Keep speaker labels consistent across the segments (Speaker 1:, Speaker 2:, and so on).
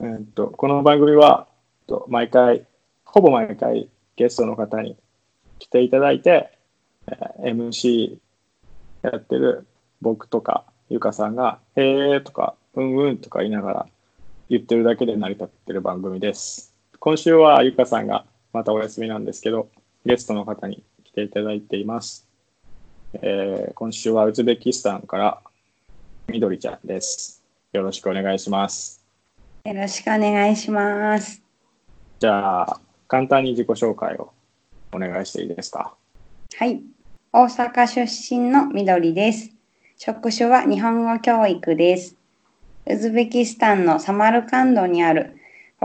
Speaker 1: ーっとこの番組は、えっと毎回、ほぼ毎回ゲストの方に来ていただいて、えー MC やってる僕とかゆかさんが、へーとか、うんうんとか言いながら言ってるだけで成り立ってる番組です。今週はゆかさんがまたお休みなんですけど、ゲストの方に来ていただいています。えー今週はウズベキスタンからみどりちゃんです。よろしくお願いします。
Speaker 2: よろしくお願いします。
Speaker 1: じゃあ、簡単に自己紹介をお願いしていいですか。
Speaker 2: はい。大阪出身のみどりです。職種は日本語教育です。ウズベキスタンのサマルカンドにある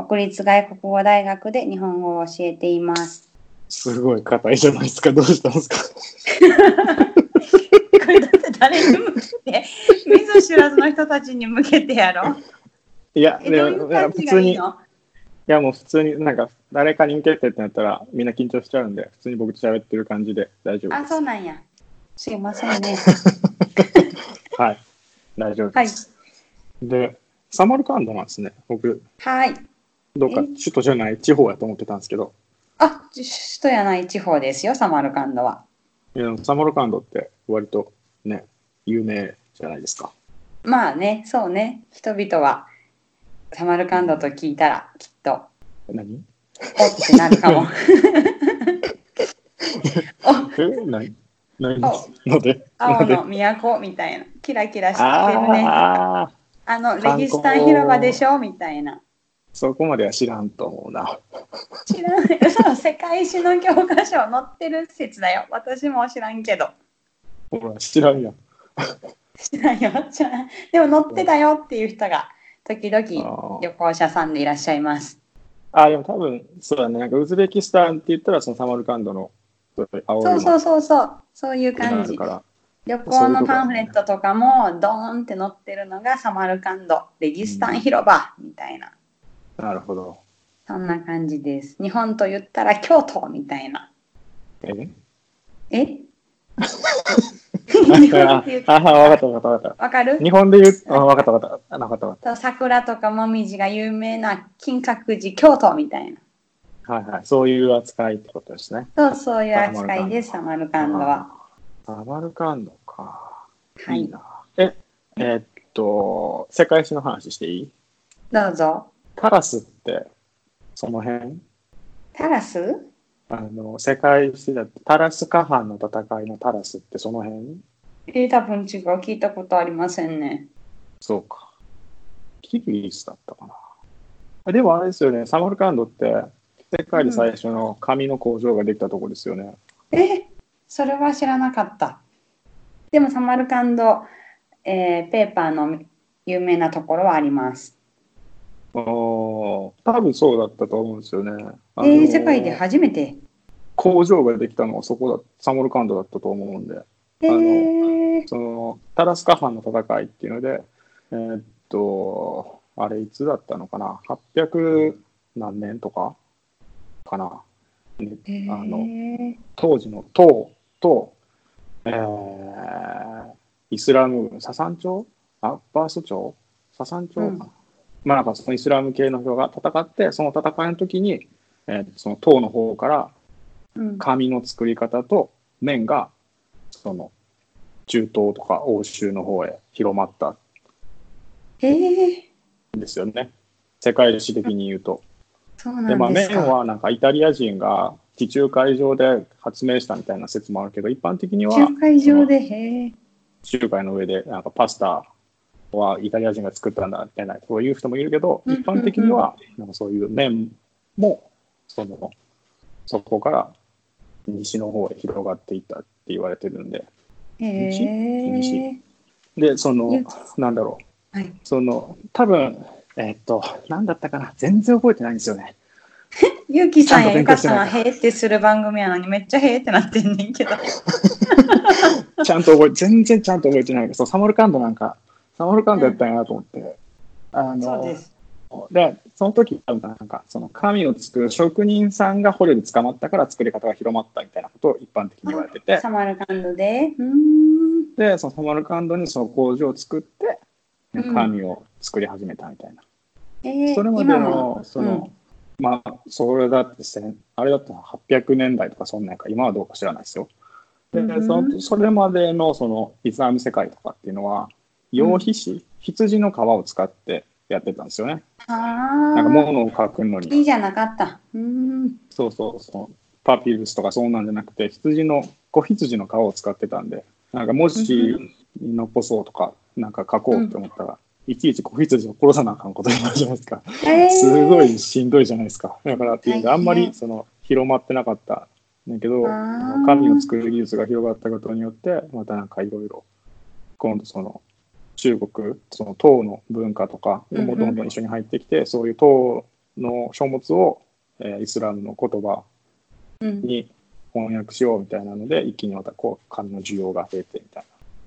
Speaker 2: 国立外国語大学で日本語を教えています。
Speaker 1: すごい硬いじゃないですか。どうしたん ですか。
Speaker 3: これだって誰に向けて見ず知らずの人たちに向けてやろ
Speaker 1: いや、
Speaker 3: えどういう感じがいい
Speaker 1: い
Speaker 3: の
Speaker 1: やもう普通になんか誰かに向けてってなったらみんな緊張しちゃうんで、普通に僕と喋ってる感じで大丈夫
Speaker 2: あ、
Speaker 1: です。
Speaker 2: そうなんや。すいません ね。
Speaker 1: はい、大丈夫
Speaker 2: は
Speaker 1: で
Speaker 2: い。
Speaker 1: す。で、サマルカンドなんですね。僕
Speaker 2: はい。
Speaker 1: どっか
Speaker 2: え
Speaker 1: 首都じゃない地方やと思ってたんですけど、
Speaker 2: あ、首都やない地方ですよ、サマルカンドは。
Speaker 1: いやサマルカンドって割とね有名じゃないですか。
Speaker 2: まあね、そうね。人々はサマルカンドと聞いたらきっと
Speaker 1: 何？
Speaker 2: おってなるか も。お
Speaker 1: え何？何
Speaker 2: あ？
Speaker 1: ので？
Speaker 2: 青
Speaker 1: で
Speaker 2: の都みたいな。キラキラしてるね。あ
Speaker 1: ああー、
Speaker 2: の、
Speaker 1: 観光
Speaker 2: レギスタン広場でしょみたいな。
Speaker 1: そこまでは知らんと思うな。
Speaker 2: 知らない。そう、世界史の教科書載ってる説だよ。私も知らんけど。
Speaker 1: ほら知らんやん。
Speaker 2: 知らんよ。知らん。でも載ってたよっていう人が、時々
Speaker 1: あー
Speaker 2: 旅行者さんでいらっしゃいます。
Speaker 1: あーでも多分そうだね。なんかウズベキスタンって言ったらそのサマルカンドの青い
Speaker 2: そう
Speaker 1: の
Speaker 2: そうそうそう。そういう
Speaker 1: が
Speaker 2: 感
Speaker 1: あ
Speaker 2: じ
Speaker 1: る。から。
Speaker 2: 旅行のパンフレットとかも、ドーンって載ってるのがサマルカンド、レギスタン広場みたいな。
Speaker 1: なるほど。
Speaker 2: そんな感じです。日本と言ったら京都みたいな。
Speaker 1: え？
Speaker 2: え
Speaker 1: あ
Speaker 2: 日本って言
Speaker 1: ー
Speaker 2: う
Speaker 1: あー、わかったわかったわかっ
Speaker 2: わかる
Speaker 1: た。日本で言う、あーわかったわかった。あわかったわか
Speaker 2: と桜とかもみじが有名な金閣寺京都みたいな。
Speaker 1: った。はいはい。そういう扱いってことですね。
Speaker 2: そうそういう扱いです、サマルカンドは。
Speaker 1: サマルカンドか。
Speaker 2: はいい
Speaker 1: い、な。え、えーっと、世界史の話していい
Speaker 2: どうぞ。
Speaker 1: タラスって、その辺
Speaker 2: タラス
Speaker 1: あの、世界史だって、タラスカハンの戦いのタラスってその辺
Speaker 2: えー、多分違う。聞いたことありませんね。
Speaker 1: そうか。キリギリスだったかな。あでもあれですよね、サマルカンドって、世界で最初の紙の工場ができたとこですよね。
Speaker 2: えそれは知らなかった。でもサマルカンド、えーペーパーの有名なところはあります。
Speaker 1: ああ、多分そうだったと思うんですよね。
Speaker 2: え
Speaker 1: あの
Speaker 2: ー、世界で初めて。
Speaker 1: 工場ができたのはそこだ、サマルカンドだったと思うんで。
Speaker 2: え
Speaker 1: の
Speaker 2: ー、
Speaker 1: そのタラスカ藩の戦いっていうので、えーっと、あれいつだったのかな、800何年とかかな、
Speaker 2: えー
Speaker 1: あの当時の唐と、えーイスラム軍、ササン朝アッバース朝ササン朝かな、
Speaker 2: うん
Speaker 1: まあなんかそのイスラム系の人が戦って、その戦いの時に、えーその唐の方から
Speaker 2: うん
Speaker 1: 紙の作り方と面がその中東とか欧州の方へ広まった
Speaker 2: えー、
Speaker 1: んですよね世界史的に言うと。
Speaker 2: そう
Speaker 1: でま
Speaker 2: な
Speaker 1: あ
Speaker 2: んです
Speaker 1: 面
Speaker 2: か。
Speaker 1: はなんかイタリア人が地中海上で発明したみたいな説もあるけど一般的には
Speaker 2: 仲介上で、へえ。
Speaker 1: 地中海の上でなんかパスタはイタリア人が作ったんだみたいなそういう人もいるけど
Speaker 2: うん
Speaker 1: 一般的にはなんかそういう面もそのそこから西の方へ広がっていったって言われてるんで。
Speaker 2: へえ。
Speaker 1: で、その
Speaker 2: うん、
Speaker 1: なんだろう、
Speaker 2: はい。
Speaker 1: その、多分えーっと、なんだったかな、全然覚えてないんですよね。
Speaker 2: ゆうきさんや
Speaker 1: ちゃん
Speaker 2: ゆ
Speaker 1: と勉強
Speaker 2: か
Speaker 1: して
Speaker 2: さん
Speaker 1: な
Speaker 2: はいへえってする番組やのにめっちゃへえってなってんねんけど。
Speaker 1: ちゃんと覚え、全然ちゃんと覚えてないけど、そうサマルカンドなんか、サマルカンドやったんやなと思って。あ
Speaker 2: そうで
Speaker 1: の
Speaker 2: す。
Speaker 1: でその時多分なんかその紙を作る職人さんが捕虜で捕まったから作り方が広まったみたいなことを一般的に言われてて
Speaker 2: サマルカンドで。うーん。
Speaker 1: でそのサマルカンドにその工場を作って
Speaker 2: うん
Speaker 1: 紙を作り始めたみたいな
Speaker 2: えー
Speaker 1: それまで
Speaker 2: 今も
Speaker 1: のその、まあそれだって千あれだったら800年代とかそんなんか今はどうか知らないですよ。で、
Speaker 3: うん
Speaker 1: そのそれまでのそのイスラム世界とかっていうのは羊皮紙、羊の皮を使ってやってたんですよね。
Speaker 2: あ
Speaker 1: なんか
Speaker 2: あ、
Speaker 1: 物を書くの
Speaker 2: いい
Speaker 1: に
Speaker 2: じゃなかった。うーん。
Speaker 1: そうそうそうパピルスとかそうなんじゃなくて羊の子羊の皮を使ってたんでなんか文
Speaker 3: う
Speaker 1: 字に残そうとかなんか書こうって思ったら、いちいち子羊を殺さなあかんことになるじゃないですか。
Speaker 2: えー
Speaker 1: すごいしんどいじゃないですか。だからっていうので
Speaker 2: 大
Speaker 1: あ
Speaker 2: 変
Speaker 1: んまりその広まってなかったんだけど
Speaker 2: あー、
Speaker 1: 紙を作る技術が広がったことによって、またなんかいろいろ、今度その中国、その唐の文化とか、
Speaker 2: うんうん
Speaker 1: もともと一緒に入ってきて、そういう唐の書物を、えーイスラムの言葉
Speaker 2: うん
Speaker 1: に翻訳しようみたいなので、一気にまたこう紙の需要が増えてみたい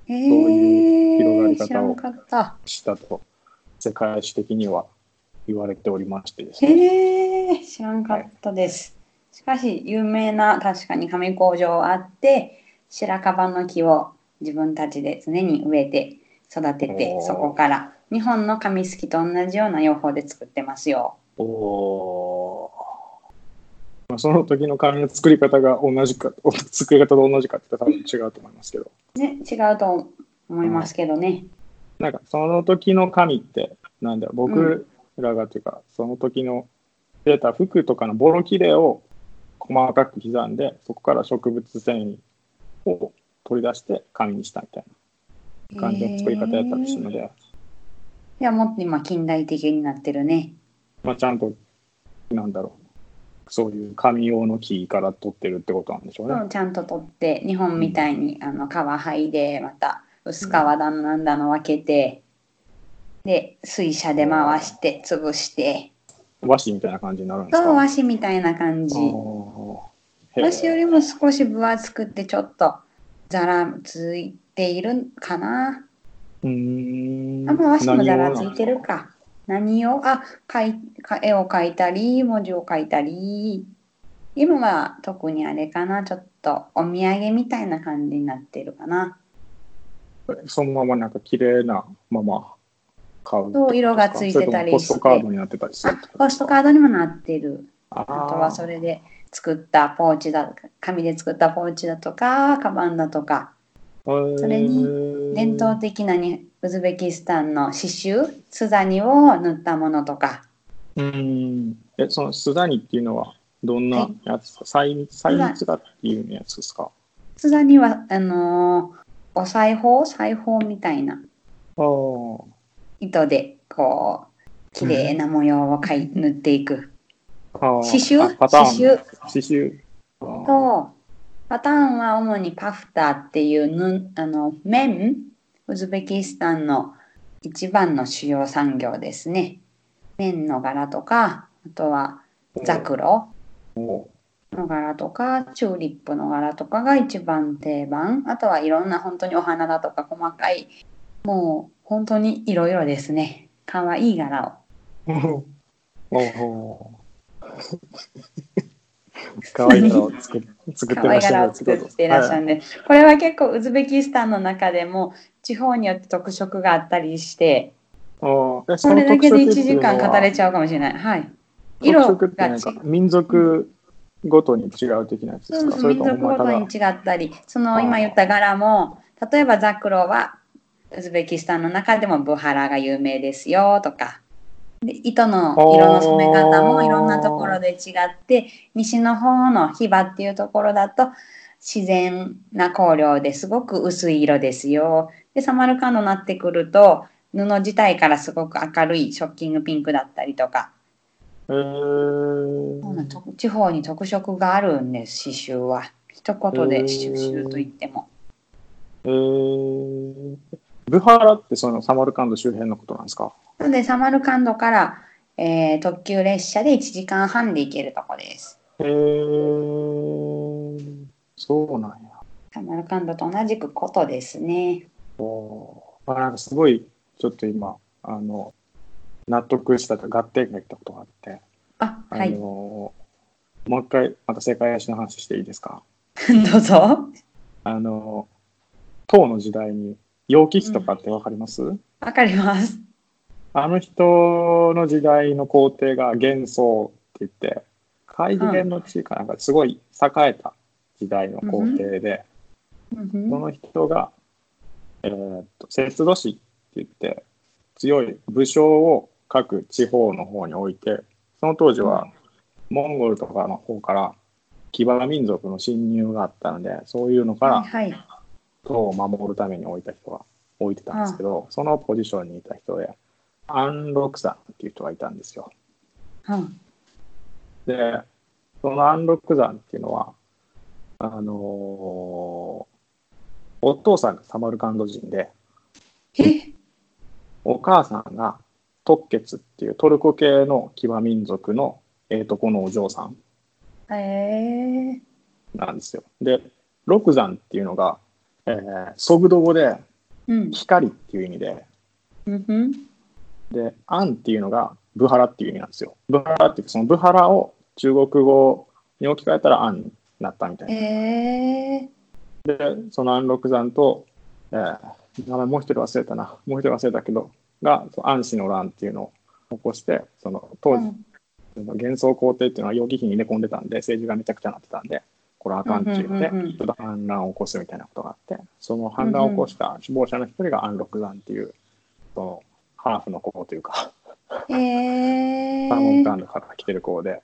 Speaker 1: な、
Speaker 2: え
Speaker 1: いう広がり方
Speaker 2: ー
Speaker 1: を
Speaker 2: 知らなかった。
Speaker 1: したと、世界史的には言われておりましてですね。
Speaker 2: へえ、知らんかったです。しかし、有名な確かに紙工場あって、白樺の木を自分たちで常に植えて育てて
Speaker 1: お、ー
Speaker 2: そこから日本の紙すきと同じような養法で作ってますよ。
Speaker 1: おまあ、その時の紙の作り方が同じか、お作り方と同じかって言ったら多分違うと思いますけど、
Speaker 2: ね、違うと思いますけどね。
Speaker 1: なんかその時の紙って、なんだろう、僕らがというか、その時の出た服とかのボロ切れを細かく刻んで、そこから植物繊維を取り出して紙にしたみたいな感じの作り方やったりするの
Speaker 2: へー
Speaker 1: で、
Speaker 2: いや、もっと今近代的になってるね。
Speaker 1: まあ、ちゃんと、なんだろう、そういう紙用の木から取ってるってことなんでしょうね。
Speaker 2: そうちゃんと取って日本みたいに、あの皮剥いでまた薄皮だのなんだの分けて、で水車で回して潰して
Speaker 1: 和紙みたいな感じになるんですか
Speaker 2: そう和紙みたいな感じ
Speaker 1: あー
Speaker 2: 和紙よ
Speaker 1: へー
Speaker 2: りも少し分厚くてちょっとざらついているかな
Speaker 1: うーん
Speaker 2: あんま和紙もざらつ
Speaker 1: 何
Speaker 2: い
Speaker 1: を
Speaker 2: てるか何をあかいか絵を描いたり文字を書いたり今は特にあれかなちょっとお土産みたいな感じになってるかな
Speaker 1: そのままなんか綺麗なまま買うって
Speaker 2: そ
Speaker 1: ことです
Speaker 2: う、
Speaker 1: か
Speaker 2: 色がついてたりし
Speaker 1: そ
Speaker 2: て。
Speaker 1: れともポストカードになってたりする
Speaker 2: あポストカードにもなってる。
Speaker 1: あ
Speaker 2: あとはそれで作ったポーチだ、紙で作ったポーチだとか、カバンだとか、
Speaker 1: そ
Speaker 2: れに伝統的なにウズベキスタンの刺繍、スザニを塗ったものとか、
Speaker 1: うんえそのスザニっていうのはどんなやつですか、細密細密画っていうやつですか
Speaker 2: スザニは、あのーお裁縫、裁縫みたいな
Speaker 1: あー
Speaker 2: 糸で、こう、綺麗な模様をかい塗っていく。
Speaker 1: あー
Speaker 2: 刺繍
Speaker 1: あパターン
Speaker 2: 刺繍
Speaker 1: 刺繍あー
Speaker 2: とパターンは主にパフタっていうぬあの麺ウズベキスタンの一番の主要産業ですね麺の柄とかあとはザクロ
Speaker 1: お
Speaker 2: の柄とかチューリップの柄とかが一番定番あとはいろんな本当にお花だとか細かいもう本当にいろいろですね可愛い柄を
Speaker 1: ーおーかわいいのを作っ作って
Speaker 2: 可
Speaker 1: ら
Speaker 2: 愛
Speaker 1: っし
Speaker 2: が
Speaker 1: ゃ
Speaker 2: ら
Speaker 1: る
Speaker 2: を作ってらっしゃるんで、これは結構ウズベキスタンの中でも地方によって特色があったりして
Speaker 1: ああ、
Speaker 2: それだけで1時間語れ
Speaker 1: ち
Speaker 2: ちゃうかもしれないはい
Speaker 1: 色
Speaker 2: 色
Speaker 1: が
Speaker 2: が違う
Speaker 1: 民族ごとに違う的なやつです
Speaker 2: そう
Speaker 1: か
Speaker 2: そう民族ごとに
Speaker 1: に
Speaker 2: 違ったりその今言った柄も例えばザクロはウズベキスタンの中でもブハラが有名ですよとかで糸の色の染め方もいろんなところで違って西の方のヒバっていうところだと自然な香料ですごく薄い色ですよでサマルカンドになってくると布自体からすごく明るいショッキングピンクだったりとか
Speaker 1: えー
Speaker 2: そうなん特地方に特色があるんです刺繍は一言で
Speaker 1: へー
Speaker 2: 刺繍と言っても
Speaker 1: えーブハラってそのサマルカンド周辺のことなんですか
Speaker 2: なのでサマルカンドから、えー特急列車で1時間半で行けるとこです
Speaker 1: えーそうなんや。
Speaker 2: サマルカンドと同じくことですね
Speaker 1: おーあなんかすごい、ちょっと今、あの、納得したと合点がいったことがあって、
Speaker 2: あ
Speaker 1: あ
Speaker 2: はい
Speaker 1: のもう一回、また世界史の話していいですか
Speaker 2: どうぞ
Speaker 1: あの、唐の時代に、楊貴妃とかってわかります、
Speaker 2: わかります
Speaker 1: あの人の時代の皇帝が幻想って言って、海義元の地位かなんかすごい栄えた時代の皇帝で、
Speaker 3: うん
Speaker 1: その人が、えーっと、節度市って言って、強い武将を各地方の方に置いて、その当時はモンゴルとかの方から騎馬民族の侵入があったので、そういうのから
Speaker 2: はいはい。
Speaker 1: 党を守るために置いた人が置いてたんですけど、そのポジションにいた人で、アン・ロクさんっていう人がいたんですよ。
Speaker 2: うん
Speaker 1: で、そのアン・ロクさんっていうのは、あのーお父さんがサマルカンド人で、
Speaker 2: え
Speaker 1: お母さんがトッケツっていうトルコ系の騎馬民族のええとこのお嬢さん
Speaker 2: え
Speaker 1: なんですよ。で、ロクザンっていうのが、えー、ソグド語で
Speaker 2: うん。
Speaker 1: 光っていう意味で、
Speaker 2: うんふん。
Speaker 1: で、アンっていうのがブハラっていう意味なんですよ。ブハラっていうそのブハラを中国語に置き換えたらアンになったみたいな。
Speaker 2: え
Speaker 1: で、その安禄山と、えー名前もう一人忘れたな、もう一人忘れたけど、が、その安氏の乱っていうのを起こして、その当
Speaker 2: う
Speaker 1: 時、
Speaker 2: ん
Speaker 1: その幻想皇帝っていうのは容疑費に入れ込んでたんで、政治がめちゃくちゃなってたんで、これあかんっていうので、
Speaker 2: うんうんうんうん
Speaker 1: ちょっと反乱を起こすみたいなことがあって、その反乱を起こした首謀者の一人が安禄山っていう、そのハーフの子というか、
Speaker 2: え
Speaker 1: サーモンカ
Speaker 2: ー
Speaker 1: ンドから来てる子で、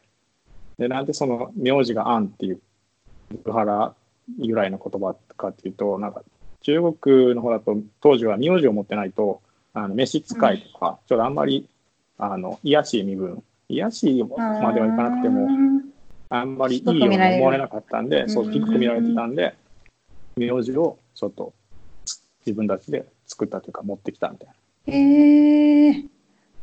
Speaker 1: で、なんでその名字がアンっていう、ブハラ由来の言葉かっていうと、なんか中国の方だと当時は名字を持ってないと、あの召使いとか、ちょっとあんまり、あの、癒やしい身分、癒やしいまではいかなくても、あんまりいいように思われなかったんで、そう、低く見られてたんで、名字をちょっと自分たちで作ったというか、持ってきたみたいな。
Speaker 2: えー、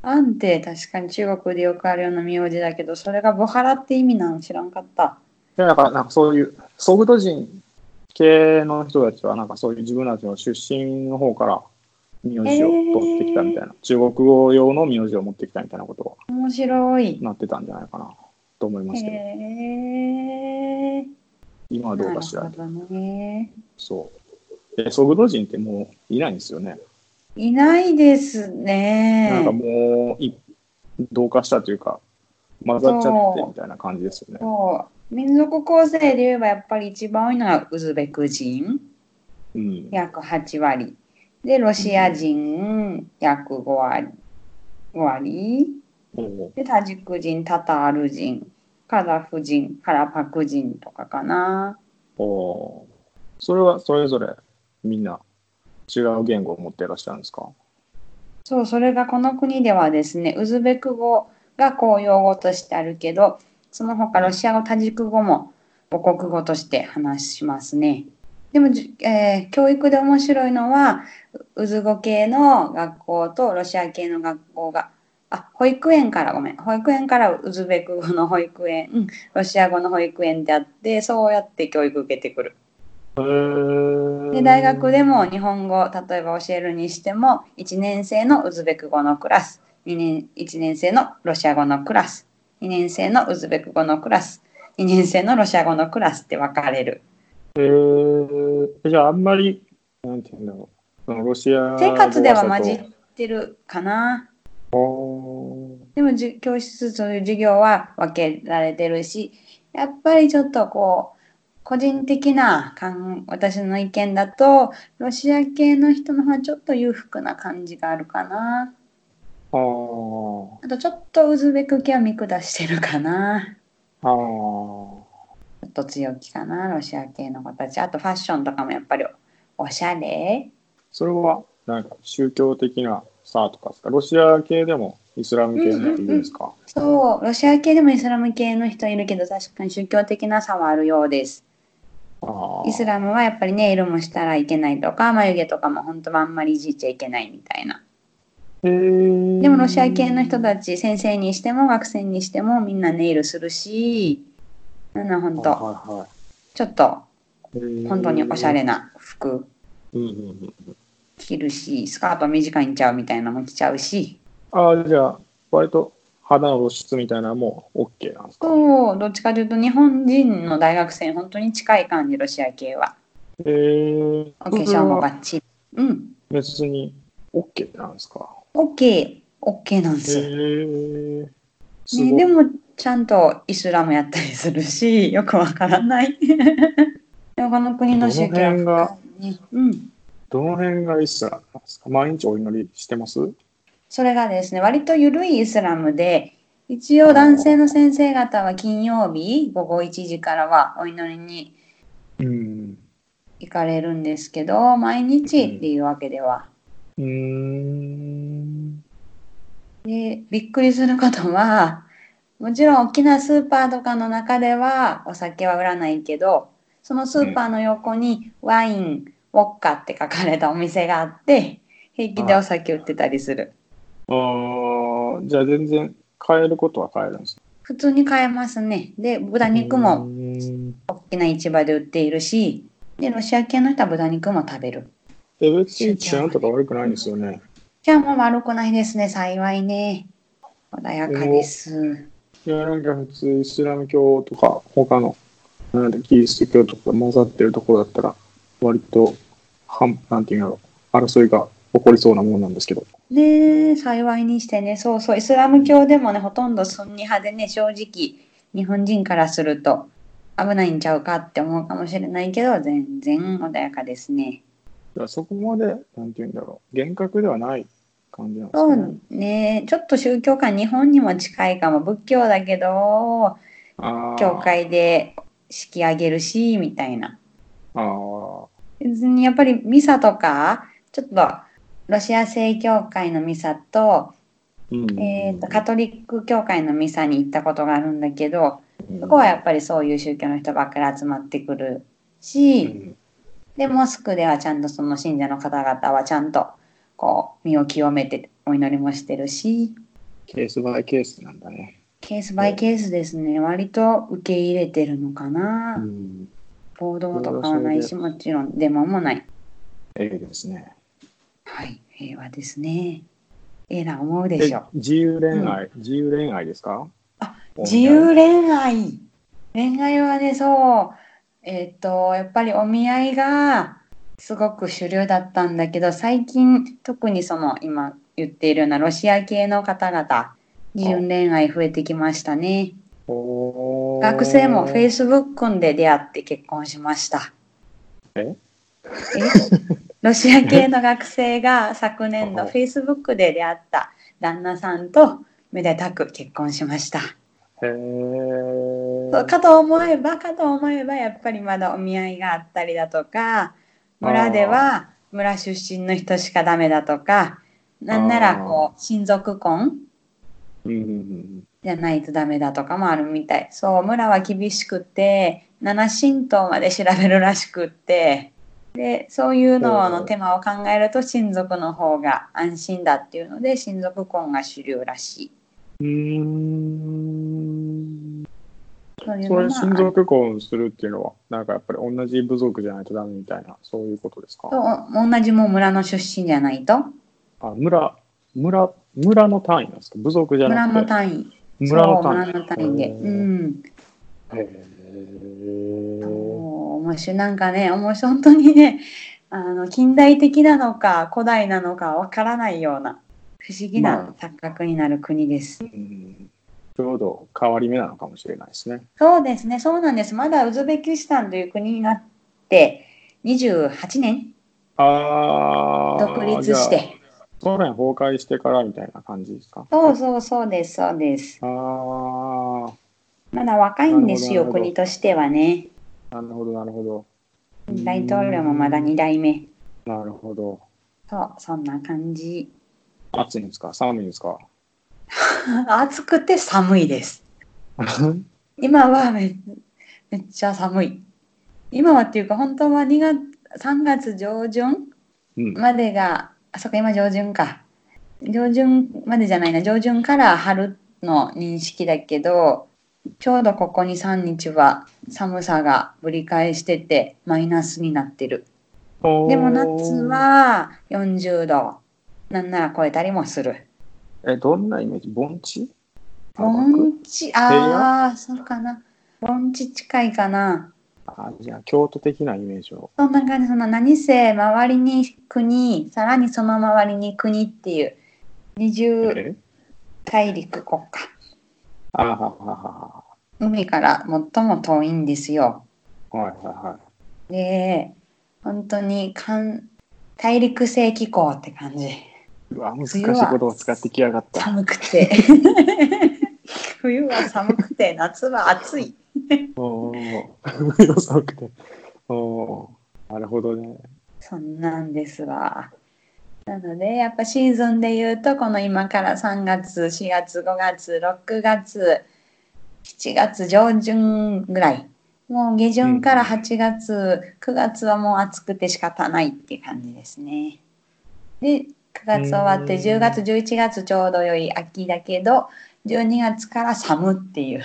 Speaker 2: アンって確かに中国でよくあるような名字だけどそれがボハラって意味なの知らんかった。
Speaker 1: で、なんか、なんかそういう、ソグド人系の人たちは、なんかそういう自分たちの出身の方から名字を取ってきたみたいな、中国語用の名字を持ってきたみたいなこと
Speaker 2: 面白い
Speaker 1: に。なってたんじゃないかなと思いま
Speaker 2: へ
Speaker 1: すけど、
Speaker 2: えー、
Speaker 1: 今はどうかしら
Speaker 2: な
Speaker 1: ない
Speaker 2: る
Speaker 1: けど
Speaker 2: ほどね。
Speaker 1: そう。で、ソグド人ってもういないんですよね。
Speaker 2: いないですね。
Speaker 1: なんかもうい同化したというか混ざっちゃってみたいな感じですよね。
Speaker 2: そう民族構成で言えばやっぱり一番多いのはウズベク人
Speaker 1: うん、
Speaker 2: 約8割でロシア人約5割5割
Speaker 1: も
Speaker 2: でタジク人タタール人カザフ人カラパク人とかかな
Speaker 1: うおーそれはそれぞれみんな違う言語を持っていらっしゃるんですか
Speaker 2: そうそれがこの国ではですねウズベク語が公用語としてあるけどその他ロシア語タジク語も母国語として話しますねでもじゅ、えー教育で面白いのはウズ語系の学校とロシア系の学校があ保育園からごめん保育園からウズベク語の保育園うんロシア語の保育園であってそうやって教育受けてくるで大学でも日本語例えば教えるにしても1年生のウズベク語のクラス2年1年生のロシア語のクラス2年生のウズベク語のクラス2年生のロシア語のクラスって分かれる
Speaker 1: えーじゃああんまりなんていうんだろうそのロシア
Speaker 2: 生活では混じ
Speaker 1: マ
Speaker 2: っ
Speaker 1: ジ
Speaker 2: てるかな
Speaker 1: おー
Speaker 2: でもじゅ教室という授業は分けられてるしやっぱりちょっとこう個人的な感私の意見だとロシア系の人の方はちょっと裕福な感じがあるかな。
Speaker 1: あー
Speaker 2: あとちょっとウズベク系は見下してるかな。
Speaker 1: あー
Speaker 2: ちょっと強気かな、ロシア系の子たち。あとファッションとかもやっぱりおしゃれ。
Speaker 1: それはなんか宗教的な差とかですかロシア系でもイスラム系のっていうんですか、
Speaker 2: そう、ロシア系でもイスラム系の人いるけど、確かに宗教的な差はあるようです。
Speaker 1: あー
Speaker 2: イスラムはやっぱりネイルもしたらいけないとか、眉毛とかも本当はあんまりいじっちゃいけないみたいな。
Speaker 1: へー
Speaker 2: でもロシア系の人たち、先生にしても学生にしてもみんなネイルするし、なんだ本当、
Speaker 1: はいはいは
Speaker 2: ちょっと
Speaker 1: いへー
Speaker 2: 本当におしゃれな服
Speaker 1: うんうんうん
Speaker 2: 着るしスカート短いんちゃうみたいなのも着ちゃうし
Speaker 1: ああじゃあ割と肌の露出みたいなのも OK なんですか
Speaker 2: そうどっちかというと日本人の大学生に本当に近い感じロシア系は
Speaker 1: へえ
Speaker 2: お化粧もバッチリうん
Speaker 1: 別に OK なんですか
Speaker 2: OK OK なんですよ。
Speaker 1: へえ。す
Speaker 2: ね、
Speaker 1: ごい
Speaker 2: でもちゃんとイスラムやったりするし よくわからない でもこの国の宗教は
Speaker 1: どの辺が
Speaker 2: 深いねうん、
Speaker 1: どの辺がイスラムなんですか毎日お祈りしてます
Speaker 2: それがですね割と緩いイスラムで一応男性の先生方は金曜日午後1時からはお祈りに
Speaker 1: うん。
Speaker 2: 行かれるんですけど毎日っていうわけでは、
Speaker 1: うーん。
Speaker 2: でびっくりすることはもちろん大きなスーパーとかの中ではお酒は売らないけどそのスーパーの横にワイン、ウォッカって書かれたお店があって平気でお酒売ってたりする
Speaker 1: ああ、じゃあ全然変えることは変えるんですね
Speaker 2: 普通に買えますねで豚肉も
Speaker 1: うん
Speaker 2: 大きな市場で売っているしでロシア系の人は豚肉も食べる
Speaker 1: え、別に治安とか悪くないんですよね。
Speaker 2: じゃあもう悪くないですね幸いね穏やかです
Speaker 1: いや、なんか普通イスラム教とか他の、なんでキリスト教とか混ざってるところだったら、割と、はん、なんていうんだろう、争いが起こりそうなものなんですけど。
Speaker 2: ねえ、幸いにしてね、そうそう、イスラム教でもね、ほとんどスンニ派でね、正直、日本人からすると危ないんちゃうかって思うかもしれないけど、全然穏やかですね。
Speaker 1: だからそこまで、なんていうんだろう、厳格ではない感じなんで
Speaker 2: そ
Speaker 1: すね。
Speaker 2: うね、ちょっと宗教観、日本にも近いかも、仏教だけど、
Speaker 1: ああ。
Speaker 2: 教。会で式上げるし、みたいな。
Speaker 1: ああ。
Speaker 2: 別にやっぱりミサとか、ちょっとロシア正教会のミサと、
Speaker 1: うん
Speaker 2: えーとカトリック教会のミサに行ったことがあるんだけど、そこはやっぱりそういう宗教の人ばっかり集まってくるし、
Speaker 1: うん
Speaker 2: でモスクではちゃんとその信者の方々はちゃんとこう身を清めてお祈りもしてるし
Speaker 1: ケースバイケースなんだね。
Speaker 2: ケースバイケースですね割と受け入れてるのかな、
Speaker 1: うん、
Speaker 2: 暴動とかはないし
Speaker 1: そ
Speaker 2: もちろんデモもない
Speaker 1: ええですね。
Speaker 2: はい平和ですねええな思うで
Speaker 1: え
Speaker 2: しょ
Speaker 1: 自由恋愛、自由恋愛ですか
Speaker 2: あ
Speaker 1: お
Speaker 2: 自由恋愛恋愛はねそうえっ、とやっぱりお見合いがすごく主流だったんだけど最近特にその今言っているようなロシア系の方々自由恋愛増えてきましたね
Speaker 1: おー
Speaker 2: 学生もフェイスブックで出会って結婚しました
Speaker 1: え
Speaker 2: えロシア系の学生が昨年 度
Speaker 1: あ
Speaker 2: フェイスブックで出会った旦那さんとめでたく結婚しました
Speaker 1: へー
Speaker 2: そうかと思えばかと思えばやっぱりまだお見合いがあったりだとか村では村出身の人しかダメだとかなんならこう親族婚
Speaker 1: うんうんうん
Speaker 2: じゃないとダメだとかもあるみたいそう村は厳しくて七神道まで調べるらしくってでそういうのの手間を考えると親族の方が安心だっていうので親族婚が主流らしい。
Speaker 1: うーん
Speaker 2: そういう
Speaker 1: そ
Speaker 2: の
Speaker 1: れ
Speaker 2: も
Speaker 1: 親族婚するっていうのはなんかやっぱり同じ部族じゃないとダメみたいなそういうことですか
Speaker 2: そう同じもう村の出身じゃないと
Speaker 1: あ村村村の単位なんですか部族じゃ
Speaker 2: 村
Speaker 1: なく
Speaker 2: の
Speaker 1: て
Speaker 2: 単位
Speaker 1: 村の
Speaker 2: そう
Speaker 1: 単位
Speaker 2: 村の単位で。
Speaker 1: へー
Speaker 2: うん。
Speaker 1: へー
Speaker 2: もう面白いなんかね、面白い本当にね、あの近代的なのか古代なのかわからないような不思議
Speaker 1: ま
Speaker 2: な錯覚になる国です。
Speaker 1: うんちょうど変わり目なのかもしれないですね。
Speaker 2: そうですね、そうなんです。まだウズベキスタンという国になって28年
Speaker 1: ああ。
Speaker 2: 独立し
Speaker 1: じゃあ。
Speaker 2: て。
Speaker 1: ソ連崩壊してからみたいな感じですか。
Speaker 2: そうそうそうです、そうです。
Speaker 1: ああ。
Speaker 2: まだ若いんです
Speaker 1: な
Speaker 2: よ、
Speaker 1: るほど
Speaker 2: 国としてはね。
Speaker 1: なるほど、なるほど。
Speaker 2: 大統領もまだ2代目。
Speaker 1: なるほど。
Speaker 2: そう、そんな感じ。
Speaker 1: 暑いんですか寒いんですか
Speaker 2: 暑くて寒いです。今はめめっちゃ寒い今はっていうか本当は2月3月上旬
Speaker 1: うん。
Speaker 2: までがあそっか今上旬か上旬までじゃないな上旬から春の認識だけどちょうどここに3日は寒さがぶり返しててマイナスになってるで
Speaker 1: で
Speaker 2: も夏。は40度なんなら超えたりもする
Speaker 1: え、どんなイメージ盆地
Speaker 2: 盆地ああそうかな盆地近いかな
Speaker 1: あじゃあ、京都的なイメージを。
Speaker 2: そんな感じ、その何せ周りに国、さらにその周りに国っていう、二重
Speaker 1: え
Speaker 2: 大陸国家。
Speaker 1: あははは
Speaker 2: 海から最も遠いんですよ。
Speaker 1: は。はいはいはい。
Speaker 2: で、本当に寒大陸性気候って感じ。
Speaker 1: うわ、難しいことを使ってきやがった。
Speaker 2: 寒くて。 冬は寒くて、夏は暑い。
Speaker 1: おー よさくて。おーなるほどね。
Speaker 2: そんなんですわ。なのでやっぱシーズンで言うとこの今から3月4月5月6月7月上旬ぐらいもう下旬から8月、9月はもう暑くて仕方ないっていう感じですね。で9月終わって
Speaker 1: うん
Speaker 2: 10月11月ちょうど良い秋だけど12月から寒っていう。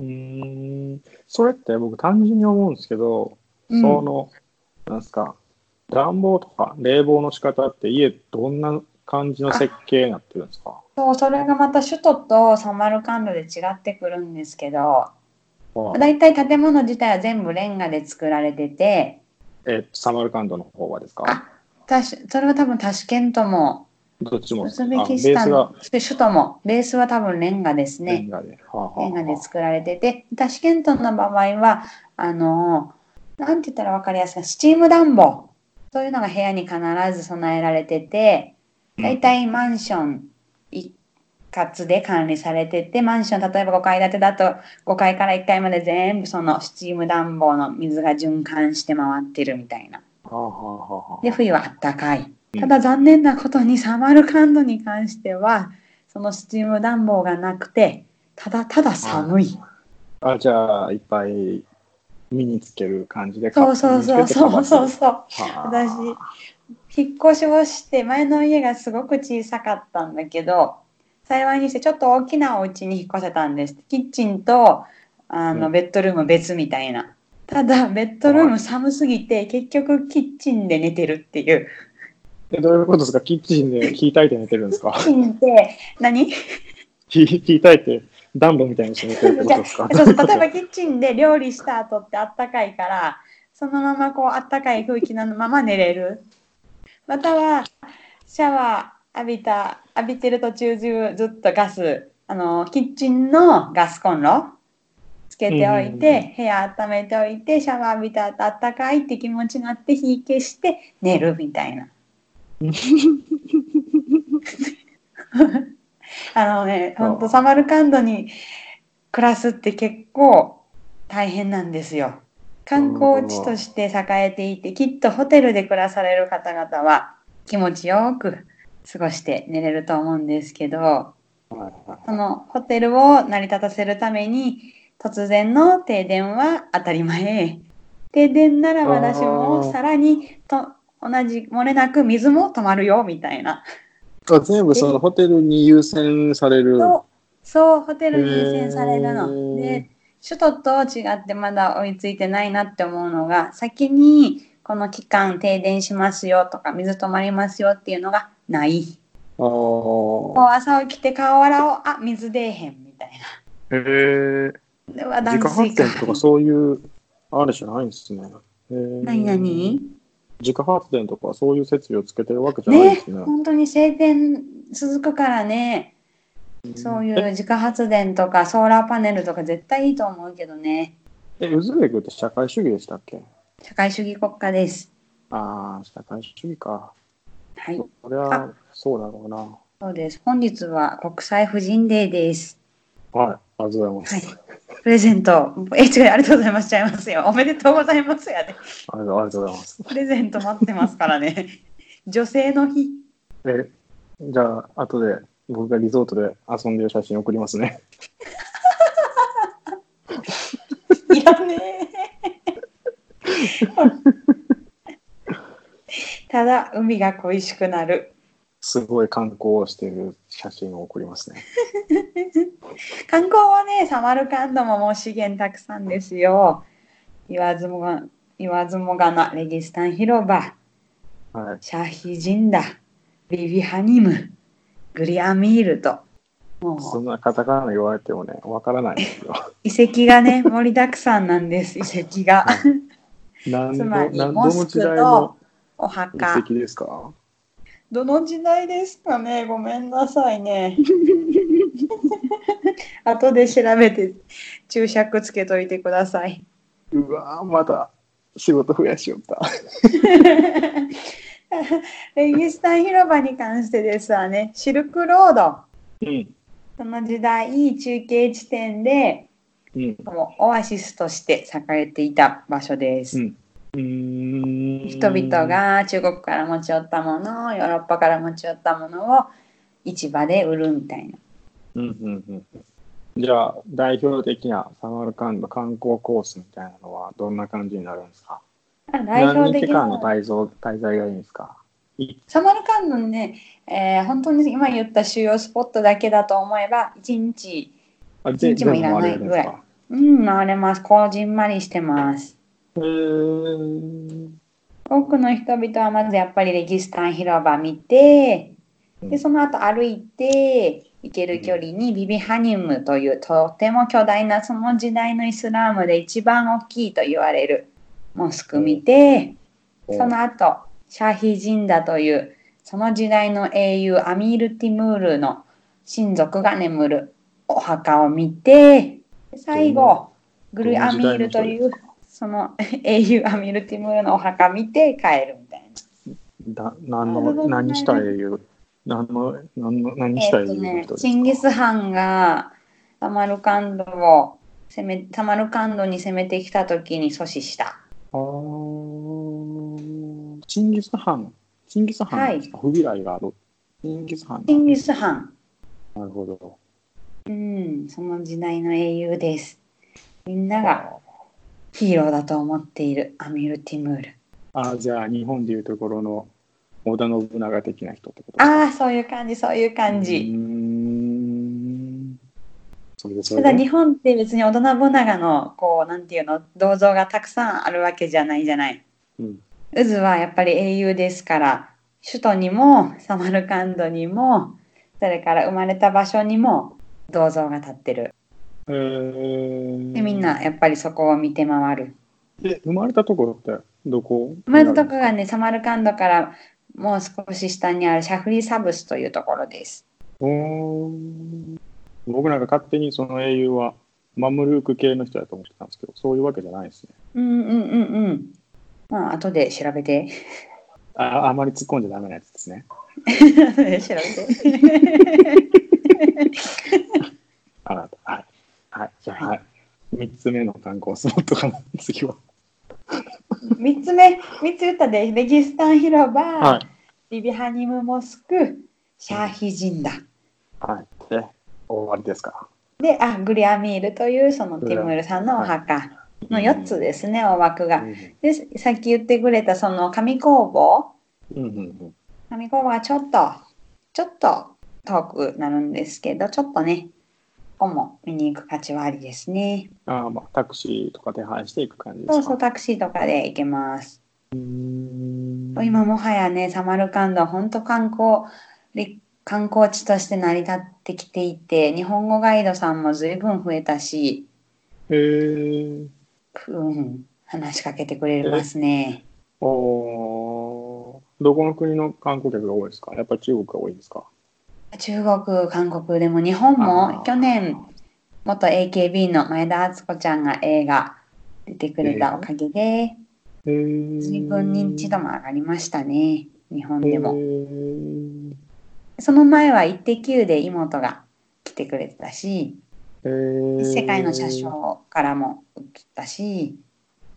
Speaker 1: うーん。それって僕単純に思うんですけど、
Speaker 2: うん
Speaker 1: その、なんですか、暖房とか冷房の仕方って家どんな感じの設計になってるんですか
Speaker 2: そうそれがまた首都とサマルカンドで違ってくるんですけど
Speaker 1: はい
Speaker 2: 大体建物自体は全部レンガで作られてて
Speaker 1: えっと、サマルカンドの方はですか
Speaker 2: あたしそれは多分タシケントも
Speaker 1: どっちも
Speaker 2: ウ
Speaker 1: です
Speaker 2: ズ
Speaker 1: か
Speaker 2: ベ
Speaker 1: あベ
Speaker 2: キ
Speaker 1: ー
Speaker 2: スタ
Speaker 1: ス
Speaker 2: ン
Speaker 1: が
Speaker 2: の首都もベースは多分レンガです
Speaker 1: レ
Speaker 2: ね
Speaker 1: ンガで。はあはあはあ
Speaker 2: レンガで作られててタシケントの場合はあのなんて言ったら分かりやすいかスチーム暖房そういうのが部屋に必ず備えられてて大体マンション一括で管理されててマンション例えば5階建てだと5階から1階まで全部そのスチーム暖房の水が循環して回ってるみたいな
Speaker 1: はあはあはあは
Speaker 2: で冬はあったかい
Speaker 1: うん
Speaker 2: ただ残念なことにサマルカンドに関してはそのスチーム暖房がなくてただただ寒い
Speaker 1: あ。あ、じゃあ、いっぱい身につける感じで。
Speaker 2: そうそうそうそうそうそう私
Speaker 1: 私
Speaker 2: 引っ越しをして前の家がすごく小さかったんだけど幸いにしてちょっと大きなお家に引っ越せたんですキッチンとあ
Speaker 1: う
Speaker 2: の
Speaker 1: ん
Speaker 2: ベッドルーム別みたいな、ただベッドルーム寒すぎて結局キッチンで寝てるっていう
Speaker 1: えどういうことですかキッチンで引いたいて寝てるんですか
Speaker 2: キッチンって何そ
Speaker 1: 引いたいて暖炉みたいにして寝てるってことですか
Speaker 2: うそう例えばキッチンで料理した後ってあったかいからそのままこうあったかい空気のまま寝れるまたはシャワー浴びた浴びてる途中中ずっとガスあのキッチンのガスコンロつけておい
Speaker 1: うんうん
Speaker 2: て部屋温めておいてシャワー浴びた後あったかいって気持ちになって火消して寝るみたいな
Speaker 1: うん。
Speaker 2: あのね
Speaker 1: そう
Speaker 2: 本当サマルカンドに暮らすって結構大変なんですよ。観光地として栄えていてきっとホテルで暮らされる方々は気持ちよく過ごして寝れると思うんですけど
Speaker 1: はいはい
Speaker 2: そのホテルを成り立たせるために突然の停電は当たり前停電なら私
Speaker 1: あ
Speaker 2: も
Speaker 1: ー
Speaker 2: さらにと同じ漏れなく水も止まるよみたいな
Speaker 1: あ全 部そのホテルに優先される。
Speaker 2: そうそうホテルに優先されるの。
Speaker 1: へー
Speaker 2: で首都と違ってまだ追いついてないなって思うのが先にこの期間停電しますよとか水止まりますよっていうのがない。
Speaker 1: あ
Speaker 2: もう
Speaker 1: ー
Speaker 2: 朝起きて顔洗おうあ水出えへんみたい
Speaker 1: へえ。
Speaker 2: な。では
Speaker 1: 自家発電とかそういうあれじゃないんですね。へー
Speaker 2: 何何
Speaker 1: 自家発電とかそういう設備をつけてるわけじゃないん
Speaker 2: ね
Speaker 1: ですね。
Speaker 2: 本当に晴天続くからねそういう自家発電とかソーラーパネルとか絶対いいと思うけどね
Speaker 1: え、ウズベクって社会主義でしたっけ
Speaker 2: 社会主義国家です。
Speaker 1: ああ、社会主義か。
Speaker 2: はい
Speaker 1: それはそうだろうな。
Speaker 2: そうです。本日は国際婦人デーです。
Speaker 1: はい、ありがとうございます。
Speaker 2: はいプレゼント、え、違う、ありがとうございます。ちゃいますよ。おめでとうございますやで。
Speaker 1: ありがとうありがとうございます。
Speaker 2: プレゼント待ってますからね。女性の日。
Speaker 1: え、じゃあ、後で僕がリゾートで遊んでる写真送りますね。
Speaker 2: いらねえ。ただ、海が恋しくなる。
Speaker 1: すごい観光をしている写真を送りますね。
Speaker 2: 観光はね、サマルカンドももう資源たくさんですよ。言わずもが、言わずもがな、レギスタン広場。
Speaker 1: はい。
Speaker 2: シャヒジンダ、ビビハニム、グリアミールと、
Speaker 1: そ
Speaker 2: もうん
Speaker 1: なカタカナ言われてもね、わからないんですよ。
Speaker 2: 遺跡がね、盛りだくさんなんです、遺跡が。
Speaker 1: 何
Speaker 2: つ
Speaker 1: 度
Speaker 2: まり
Speaker 1: 何度
Speaker 2: モ
Speaker 1: の
Speaker 2: ス
Speaker 1: 時
Speaker 2: ク
Speaker 1: 代
Speaker 2: と
Speaker 1: の
Speaker 2: お
Speaker 1: 遺
Speaker 2: 墓、
Speaker 1: 跡ですか
Speaker 3: どの時代ですかねごめんなさい ね。後で調べて注釈つけといてください。
Speaker 1: うわーまた仕事増やしよった。
Speaker 3: レギスタン広場に関してですわね、シルクロード、
Speaker 1: うん。
Speaker 2: その時代、いい中継地点で、
Speaker 1: うん。
Speaker 2: もうオアシスとして栄えていた場所です。
Speaker 1: うんうーん
Speaker 2: 人々。が中国から持ち寄ったものをヨーロッパから持ち寄ったものを市場で売るみたいな
Speaker 1: うんうんうん。じゃあ、代表的なサマルカンド観光コースみたいなのはどんな感じになるんですか
Speaker 2: あ代表
Speaker 1: 何
Speaker 2: 的
Speaker 1: 日間の
Speaker 2: な
Speaker 1: 滞在滞在がいいんですか
Speaker 2: サマルカンドのね、えー本当に今言った主要スポットだけだと思えば1日
Speaker 1: あ
Speaker 2: 一日もいらないぐらい。うん回れますこじんまりしてます
Speaker 1: 全部回れるん
Speaker 2: 多くの人々はまずやっぱりレギスタン広場見てでその後歩いて行ける距離にビビハニウムというとても巨大なその時代のイスラームで一番大きいと言われるモスク見て
Speaker 1: です
Speaker 2: そ
Speaker 1: か
Speaker 2: の後シャーヒー神社というその時代の英雄アミール・ティムールの親族が眠るお墓を見てで最後グルアミールというその英雄アミール・ティムールのお墓見て帰るみたいな。
Speaker 1: だ何
Speaker 2: なるほ
Speaker 1: の
Speaker 2: どね
Speaker 1: 何したいいう何の何の何し
Speaker 2: え
Speaker 1: たい
Speaker 2: ー
Speaker 1: いう人ですか、
Speaker 2: とねチンギス・ハンがサマルカンドを攻めサマルカンドに攻めてきた時に阻止した。
Speaker 1: あーチンギス・ハン。チンギス・ハン、
Speaker 2: はい
Speaker 1: 不備来がある。チンギス・ハン。
Speaker 2: チンギス・ハン、
Speaker 1: なるほど。
Speaker 2: うん、その時代の英雄です。みんながヒーローだと思っているアミル・ティムール。
Speaker 1: あじゃあ、日本でいうところの織田信長的な人ってこと
Speaker 2: ああ、そういう感じ、そういう
Speaker 1: あ
Speaker 2: 感
Speaker 1: うー
Speaker 2: じ。
Speaker 1: ん。それでそ
Speaker 2: た
Speaker 1: れ
Speaker 2: だ
Speaker 1: で
Speaker 2: 日本って別に織田信長のこうなんていうの銅像がたくさんあるわけじゃないじゃない。
Speaker 1: うん
Speaker 2: 渦はやっぱり英雄ですから首都にもサマルカンドにもそれから生まれた場所にも銅像が立ってる
Speaker 1: えー
Speaker 2: でみんなやっぱりそこを見て回る
Speaker 1: で生まれたところってどこ
Speaker 2: 生まれたとこがねサマルカンドからもう少し下にあるシャフリサブスというところです
Speaker 1: うーん僕なんか勝手にその英雄はマムルーク系の人だと思ってたんですけどそういうわけじゃないですね
Speaker 2: うんうんうんうんまあ後で調べて
Speaker 1: ああまり突っ込んじゃダメなやつですね
Speaker 2: 後で調べ て
Speaker 1: あなたはいはいじゃあ、はい、3つ目の観光スポットかな次は
Speaker 2: 3つ目3つ言ったでレギスタン広場、
Speaker 1: はい
Speaker 2: ビビハニムモスクシャーヒ神社
Speaker 1: はいで終わりですか
Speaker 2: であグリアミールというそのティムールさんのお墓の4つ
Speaker 1: す
Speaker 2: ですね、大枠
Speaker 1: う
Speaker 2: が。
Speaker 1: ん
Speaker 2: でさっき言ってくれたその紙工房
Speaker 1: うんうん
Speaker 2: 紙工房はちょっとちょっと遠くなるんですけどちょっとねここも見に行く価値はありですね。
Speaker 1: あーまあタクシーとか手配していく感じですか
Speaker 2: そうそうタクシーとかで行けます。
Speaker 1: うーん
Speaker 2: 今もはやねサマルカンドは本当観光り観光地として成り立ってきていて日本語ガイドさんも随分増えたし、
Speaker 1: へえ
Speaker 2: うん、話しかけてくれますね。
Speaker 1: おーどこの国の観光客が多いですかやっぱり中国が多いですか
Speaker 2: 中国、韓国でも日本
Speaker 1: あー
Speaker 2: も去年元 AKB の前田敦子ちゃんが映画出てくれたおかげで
Speaker 1: へえ
Speaker 2: 随分認知度も上がりましたね日本で
Speaker 1: へ
Speaker 2: も
Speaker 1: ー
Speaker 2: その前は「イッテ Q!」で妹が来てくれてたし
Speaker 1: えー
Speaker 2: 世界の車掌からも映ったし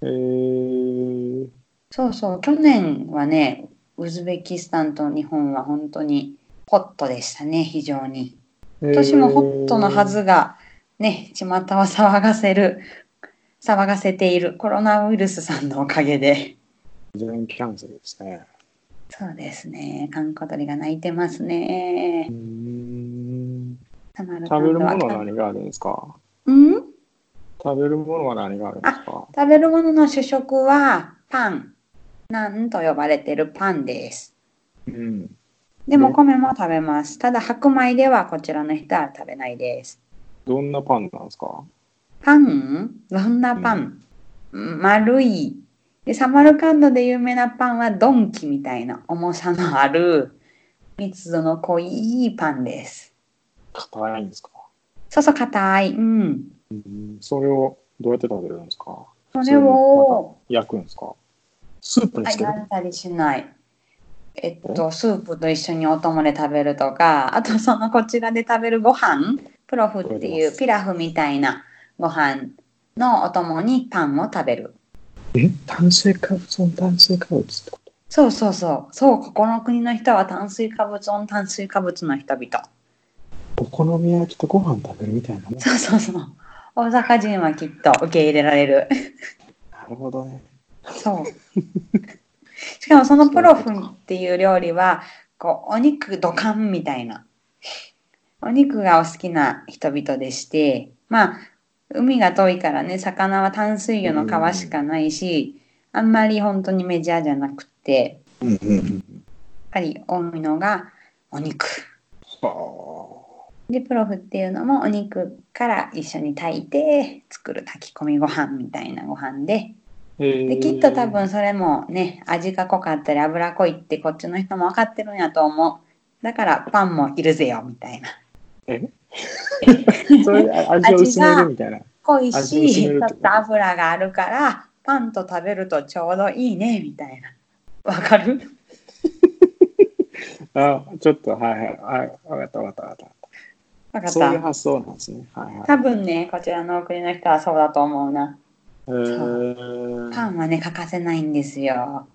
Speaker 1: えー
Speaker 2: そうそう去年はねウズベキスタンと日本は本当にホットでしたね非常に。今年もホットのはずが、ね、巷は騒がせる、騒がせているコロナウイルスさんのおかげで。
Speaker 1: 全キャンセルですね
Speaker 2: そうですね、観光鳥が鳴いてます
Speaker 1: うー
Speaker 2: ね。
Speaker 1: ん
Speaker 2: たまる
Speaker 1: 食べるものは
Speaker 2: 感度は
Speaker 1: 何があるんですか
Speaker 2: うん
Speaker 1: 食べるものは何があるんですか
Speaker 2: 食べるものの主食はパン。なんと呼ばれてるパンです。
Speaker 1: うん
Speaker 2: で
Speaker 1: ね
Speaker 2: も米も食べます。ただ白米ではこちらの人は食べないです。
Speaker 1: どんなパンなんですか
Speaker 2: パンどんなパン、丸いでサマルカンドで有名なパンはドンキみたいな重さのある密度の濃いパンです。
Speaker 1: 硬いんですか、
Speaker 2: そうそう、硬い。うん。
Speaker 1: うん、それをどうやって食べるんですか
Speaker 2: それを、
Speaker 1: 焼くんですかスープに
Speaker 2: あ
Speaker 1: つける
Speaker 2: 焼いたりしない。えっと、スープと一緒にお供で食べるとか、あとそのこちらで食べるご飯、プロフっていうピラフみたいなご飯のお供にパンを食べる。
Speaker 1: え炭水化物の炭水化物ってこ
Speaker 2: そうそうそう。そう、ここの国の人は炭水化物オン炭水化物の人々。
Speaker 1: とお好み焼きとご飯食べるみたいなもん
Speaker 2: そうそうそう。大阪人はきっと受け入れられる。
Speaker 1: なるほどね
Speaker 2: そう。 しかもそのプロフンっていう料理は、こう、お肉ドカンみたいな。お肉がお好きな人々でして、まあ、海が遠いからね、魚は淡水魚の皮しかないし、あんまり本当にメジャーじゃなくて、
Speaker 1: うんうんうん
Speaker 2: やっぱり多いのがお肉。
Speaker 1: は
Speaker 2: で、プロフっていうのもお肉から一緒に炊いて作る炊き込みご飯みたいなご飯で、
Speaker 1: あへえ
Speaker 2: できっと多分それもね味が濃かったり脂濃いってこっちの人も分かってるんやと思うだからパンもいるぜよみたいな
Speaker 1: それあ味を薄めるみたいな
Speaker 2: 濃い
Speaker 1: 味を占
Speaker 2: し
Speaker 1: め
Speaker 2: ち
Speaker 1: る
Speaker 2: ょ
Speaker 1: ってこと
Speaker 2: っと脂があるからパンと食べるとちょうどいいねみたいなわかる
Speaker 1: あちょっとはいはいはい分かった分かった分かっ
Speaker 2: わか
Speaker 1: た
Speaker 2: っ
Speaker 1: そういう
Speaker 2: た
Speaker 1: 発想なんですねはいはい
Speaker 2: 多分ねこちらのお国の人はそうだと思うな
Speaker 1: えー
Speaker 2: パンはね欠かせないんですよ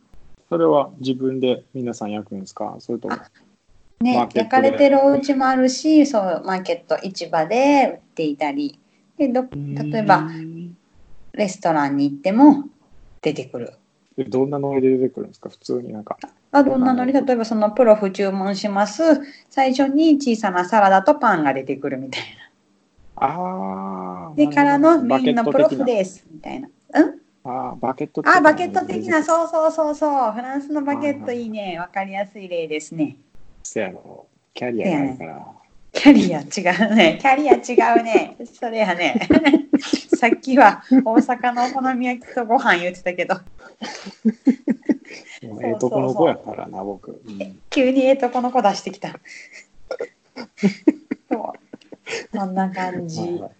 Speaker 1: それは自分で皆さん焼くんですかそれとも
Speaker 2: あね
Speaker 1: マーケットで
Speaker 2: 焼かれてるお家もあるしそうマーケット市場で売っていたりでど例えば
Speaker 1: うん
Speaker 2: レストランに行っても出てくる
Speaker 1: えどんなノリで出てくるんですか普通になんか
Speaker 2: あどんなのに例えばそのプロフ注文します最初に小さなサラダとパンが出てくるみたい
Speaker 1: ああ
Speaker 2: なでからのメインのプロフ
Speaker 1: で
Speaker 2: ですみたいなうん
Speaker 1: あーバケット的な
Speaker 2: あバケット的なそううそうそうそうフランスのバケット
Speaker 1: はいはい
Speaker 2: いいねわかりやすい例ですね
Speaker 1: せやろキャリアがあるから
Speaker 2: キャリア違うねキャリア違うねそれやね さっきは大阪のお好み焼きとご飯言ってたけど
Speaker 1: もう
Speaker 2: そう
Speaker 1: ええとこの子やからな僕、うん
Speaker 2: 急にええとこの子出してき たそうそんな感じ、
Speaker 1: はいはい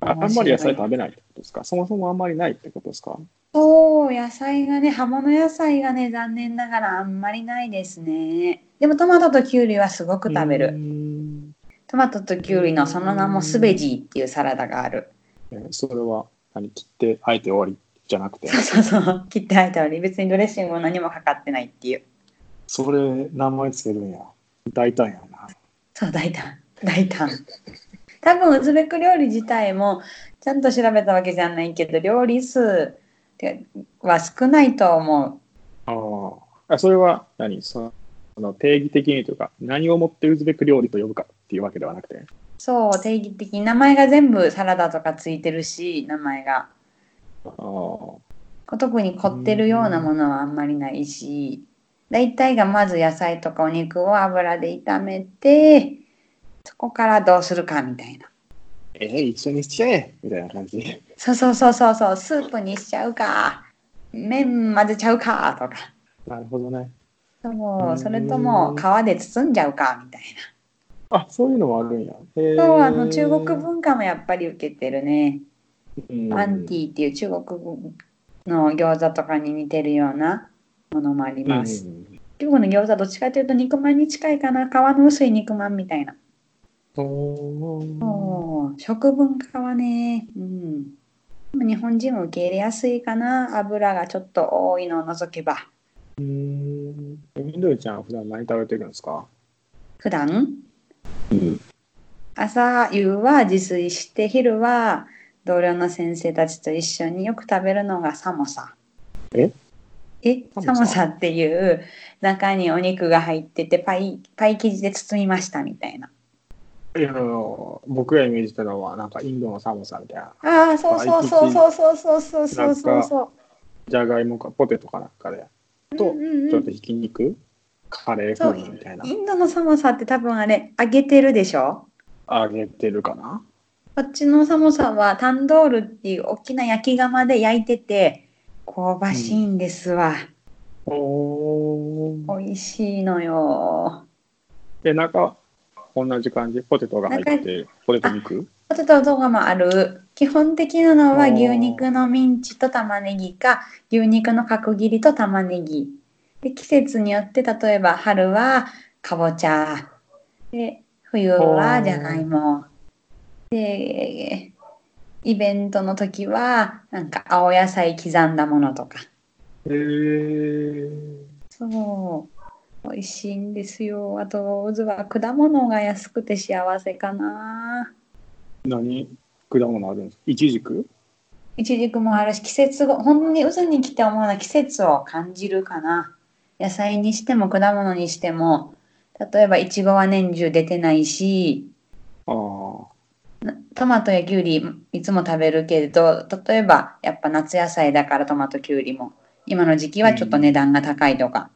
Speaker 1: ああんまり野菜食べないってことですかそもそもあんまりないってことですか
Speaker 2: そう、野菜がね、葉物野菜がね、残念ながらあんまりないですね。でもトマトとキュウリはすごく食べ
Speaker 1: うー
Speaker 2: る。
Speaker 1: ん
Speaker 2: トマトとキュウリのその名もスベジーっていうサラダがある。
Speaker 1: えーそれは何切ってあえて終わりじゃなくて
Speaker 2: そうそうそう、切ってあえたり、別にドレッシングも何もかかってないっていう。
Speaker 1: それ名前つけるんや大胆やな
Speaker 2: そう、大胆。大胆。多分ウズベク料理自体もちゃんと調べたわけじゃないけど、料理数は少ないと思う。
Speaker 1: あーあそれは何その定義的にというか何をもってウズベク料理と呼ぶかっていうわけではなくて
Speaker 2: そう、定義的に名前が全部サラダとかついてるし、名前が。
Speaker 1: あー
Speaker 2: 特に凝ってるようなものはあんまりないし大体がまず野菜とかお肉を油で炒めてそこからどうするかみたいな
Speaker 1: えー一緒にしちゃえみたいな感じ
Speaker 2: そうそうそうそうそうスープにしちゃうか麺混ぜちゃうかとか
Speaker 1: なるほどね
Speaker 2: そううんそれとも皮で包んじゃうかみたい
Speaker 1: あそういうのもあるんやへー
Speaker 2: なそうあの中国文化もやっぱり受けてるね
Speaker 1: うん
Speaker 2: パンティっていう中国の餃子とかに似てるようなものもあります
Speaker 1: うんうん
Speaker 2: 中国の餃子はどっちかというと肉まんに近いかな皮の薄い肉まんみたいな
Speaker 1: うん
Speaker 2: そう食文化はね、うん、でも日本人も受け入れやすいかな油がちょっと多いのを除けば
Speaker 1: うんえみどりちゃんは普段何食べてるんですか、
Speaker 2: 普段
Speaker 1: うん、
Speaker 2: 朝夕は自炊して昼は同僚の先生たちと一緒によく食べるのがサモサ
Speaker 1: え
Speaker 2: え
Speaker 1: サ
Speaker 2: サ
Speaker 1: モサ
Speaker 2: モサっていう中にお肉が入っててパイパイ生地で包みましたみたいない
Speaker 1: や僕がイメージしたのはなんかインドのサモサみたいな
Speaker 2: ああそうそうそうそうそうそうそうそうそうそう
Speaker 1: じゃがいもかポテトかなんかでと
Speaker 2: うんうんうん
Speaker 1: ちょっとひき肉カレー
Speaker 2: そう
Speaker 1: 風味みたいな
Speaker 2: インドの寒さって多分あれ揚げてるでしょ
Speaker 1: 揚げてるかな
Speaker 2: こっちの寒さはタンドールっていう大きな焼き釜で焼いてて香ばしいんですわ、
Speaker 1: おー
Speaker 2: 美味しいのよ
Speaker 1: で、中、同じ感じ、ポテトが入ってる、ポテト肉
Speaker 2: ポテトとかもある。基本的なのは牛肉のミンチと玉ねぎか牛肉の角切りと玉ねぎ。で季節によって例えば春はかぼちゃ。で冬はじゃがいも。でイベントの時はなんか青野菜刻んだものとか。
Speaker 1: へー。
Speaker 2: そう。美味しいんですよ。あと、オズは果物が安くて幸せかな。
Speaker 1: 何果物あるんですかいちじく
Speaker 2: いちじくもあるし、季節が、ほんまに渦に来て思うのは季節を感じるかな。野菜にしても果物にしても、例えばいちごは年中出てないし、
Speaker 1: ああ。
Speaker 2: トマトやきゅうりいつも食べるけれど、例えばやっぱ夏野菜だからトマトきゅうりも、今の時期はちょっと値段が高いとか。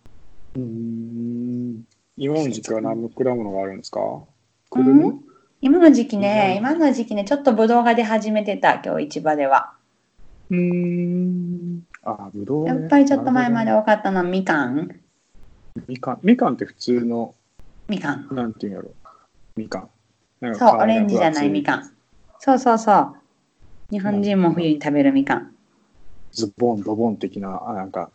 Speaker 1: うーん。今の時期は何の果物があるんですかく
Speaker 2: う
Speaker 1: るみ
Speaker 2: ん、今の時期ね、
Speaker 1: うん
Speaker 2: 今の時期ね、ちょっとブドウが出始めてた、今日市場では。
Speaker 1: うーん。あ、ぶどう、ね。
Speaker 2: やっぱりちょっと前まで
Speaker 1: なる
Speaker 2: 多かったのはみかん。
Speaker 1: ほどねみかん、みかんって普通の、
Speaker 2: みかん。
Speaker 1: なんていうんやろ。みかん。なん
Speaker 2: そう、オレンジじゃないみ
Speaker 1: ん。
Speaker 2: かん。そうそうそう。日本人も冬に食べるみかん。
Speaker 1: ズボン、ドボン的な、あなんか、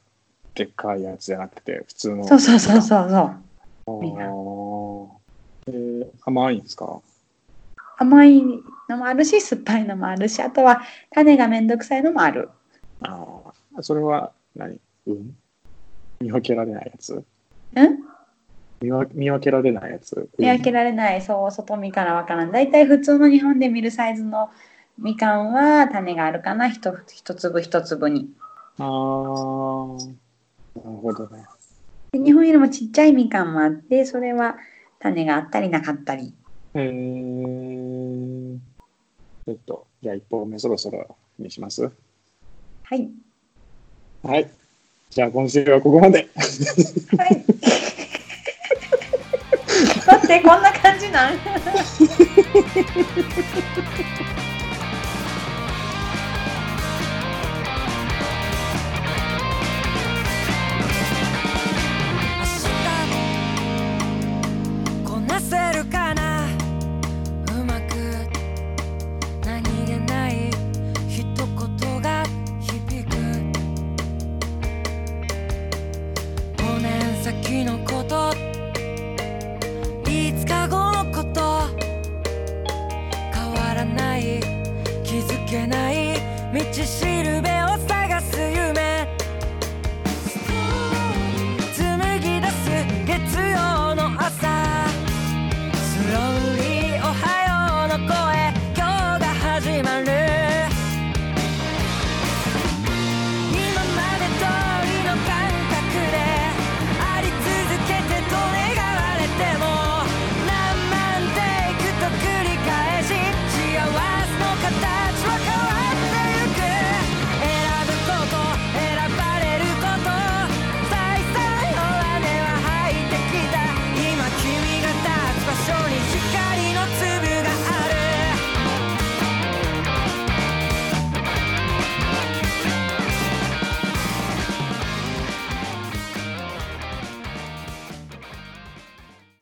Speaker 1: でっかいやつじゃなくて、普通の。
Speaker 2: そうそうそうそうそう。みかん
Speaker 1: あーえー甘いんですか
Speaker 2: 甘いのもあるし、酸っぱいのもあるし、あとは種がめんどくさいのもある。
Speaker 1: ああ。それは何、うん見分けられないやつ
Speaker 2: うん
Speaker 1: 見わ見分けられないやつ。
Speaker 2: 見分け
Speaker 1: ら
Speaker 2: られない、そう、外見からわからん。だいたい普通の日本で見るサイズのみかんは種があるかな、一一粒一粒に。
Speaker 1: あーなるほどね。
Speaker 2: で日本よりもちっちゃいみかんもあってそれは種があったりなかったり
Speaker 1: えー、ちょっと、じゃあ一本目そろそろにします。
Speaker 2: はい
Speaker 1: はい。じゃあ今週はここまで。
Speaker 2: はい 待ってこんな感じなん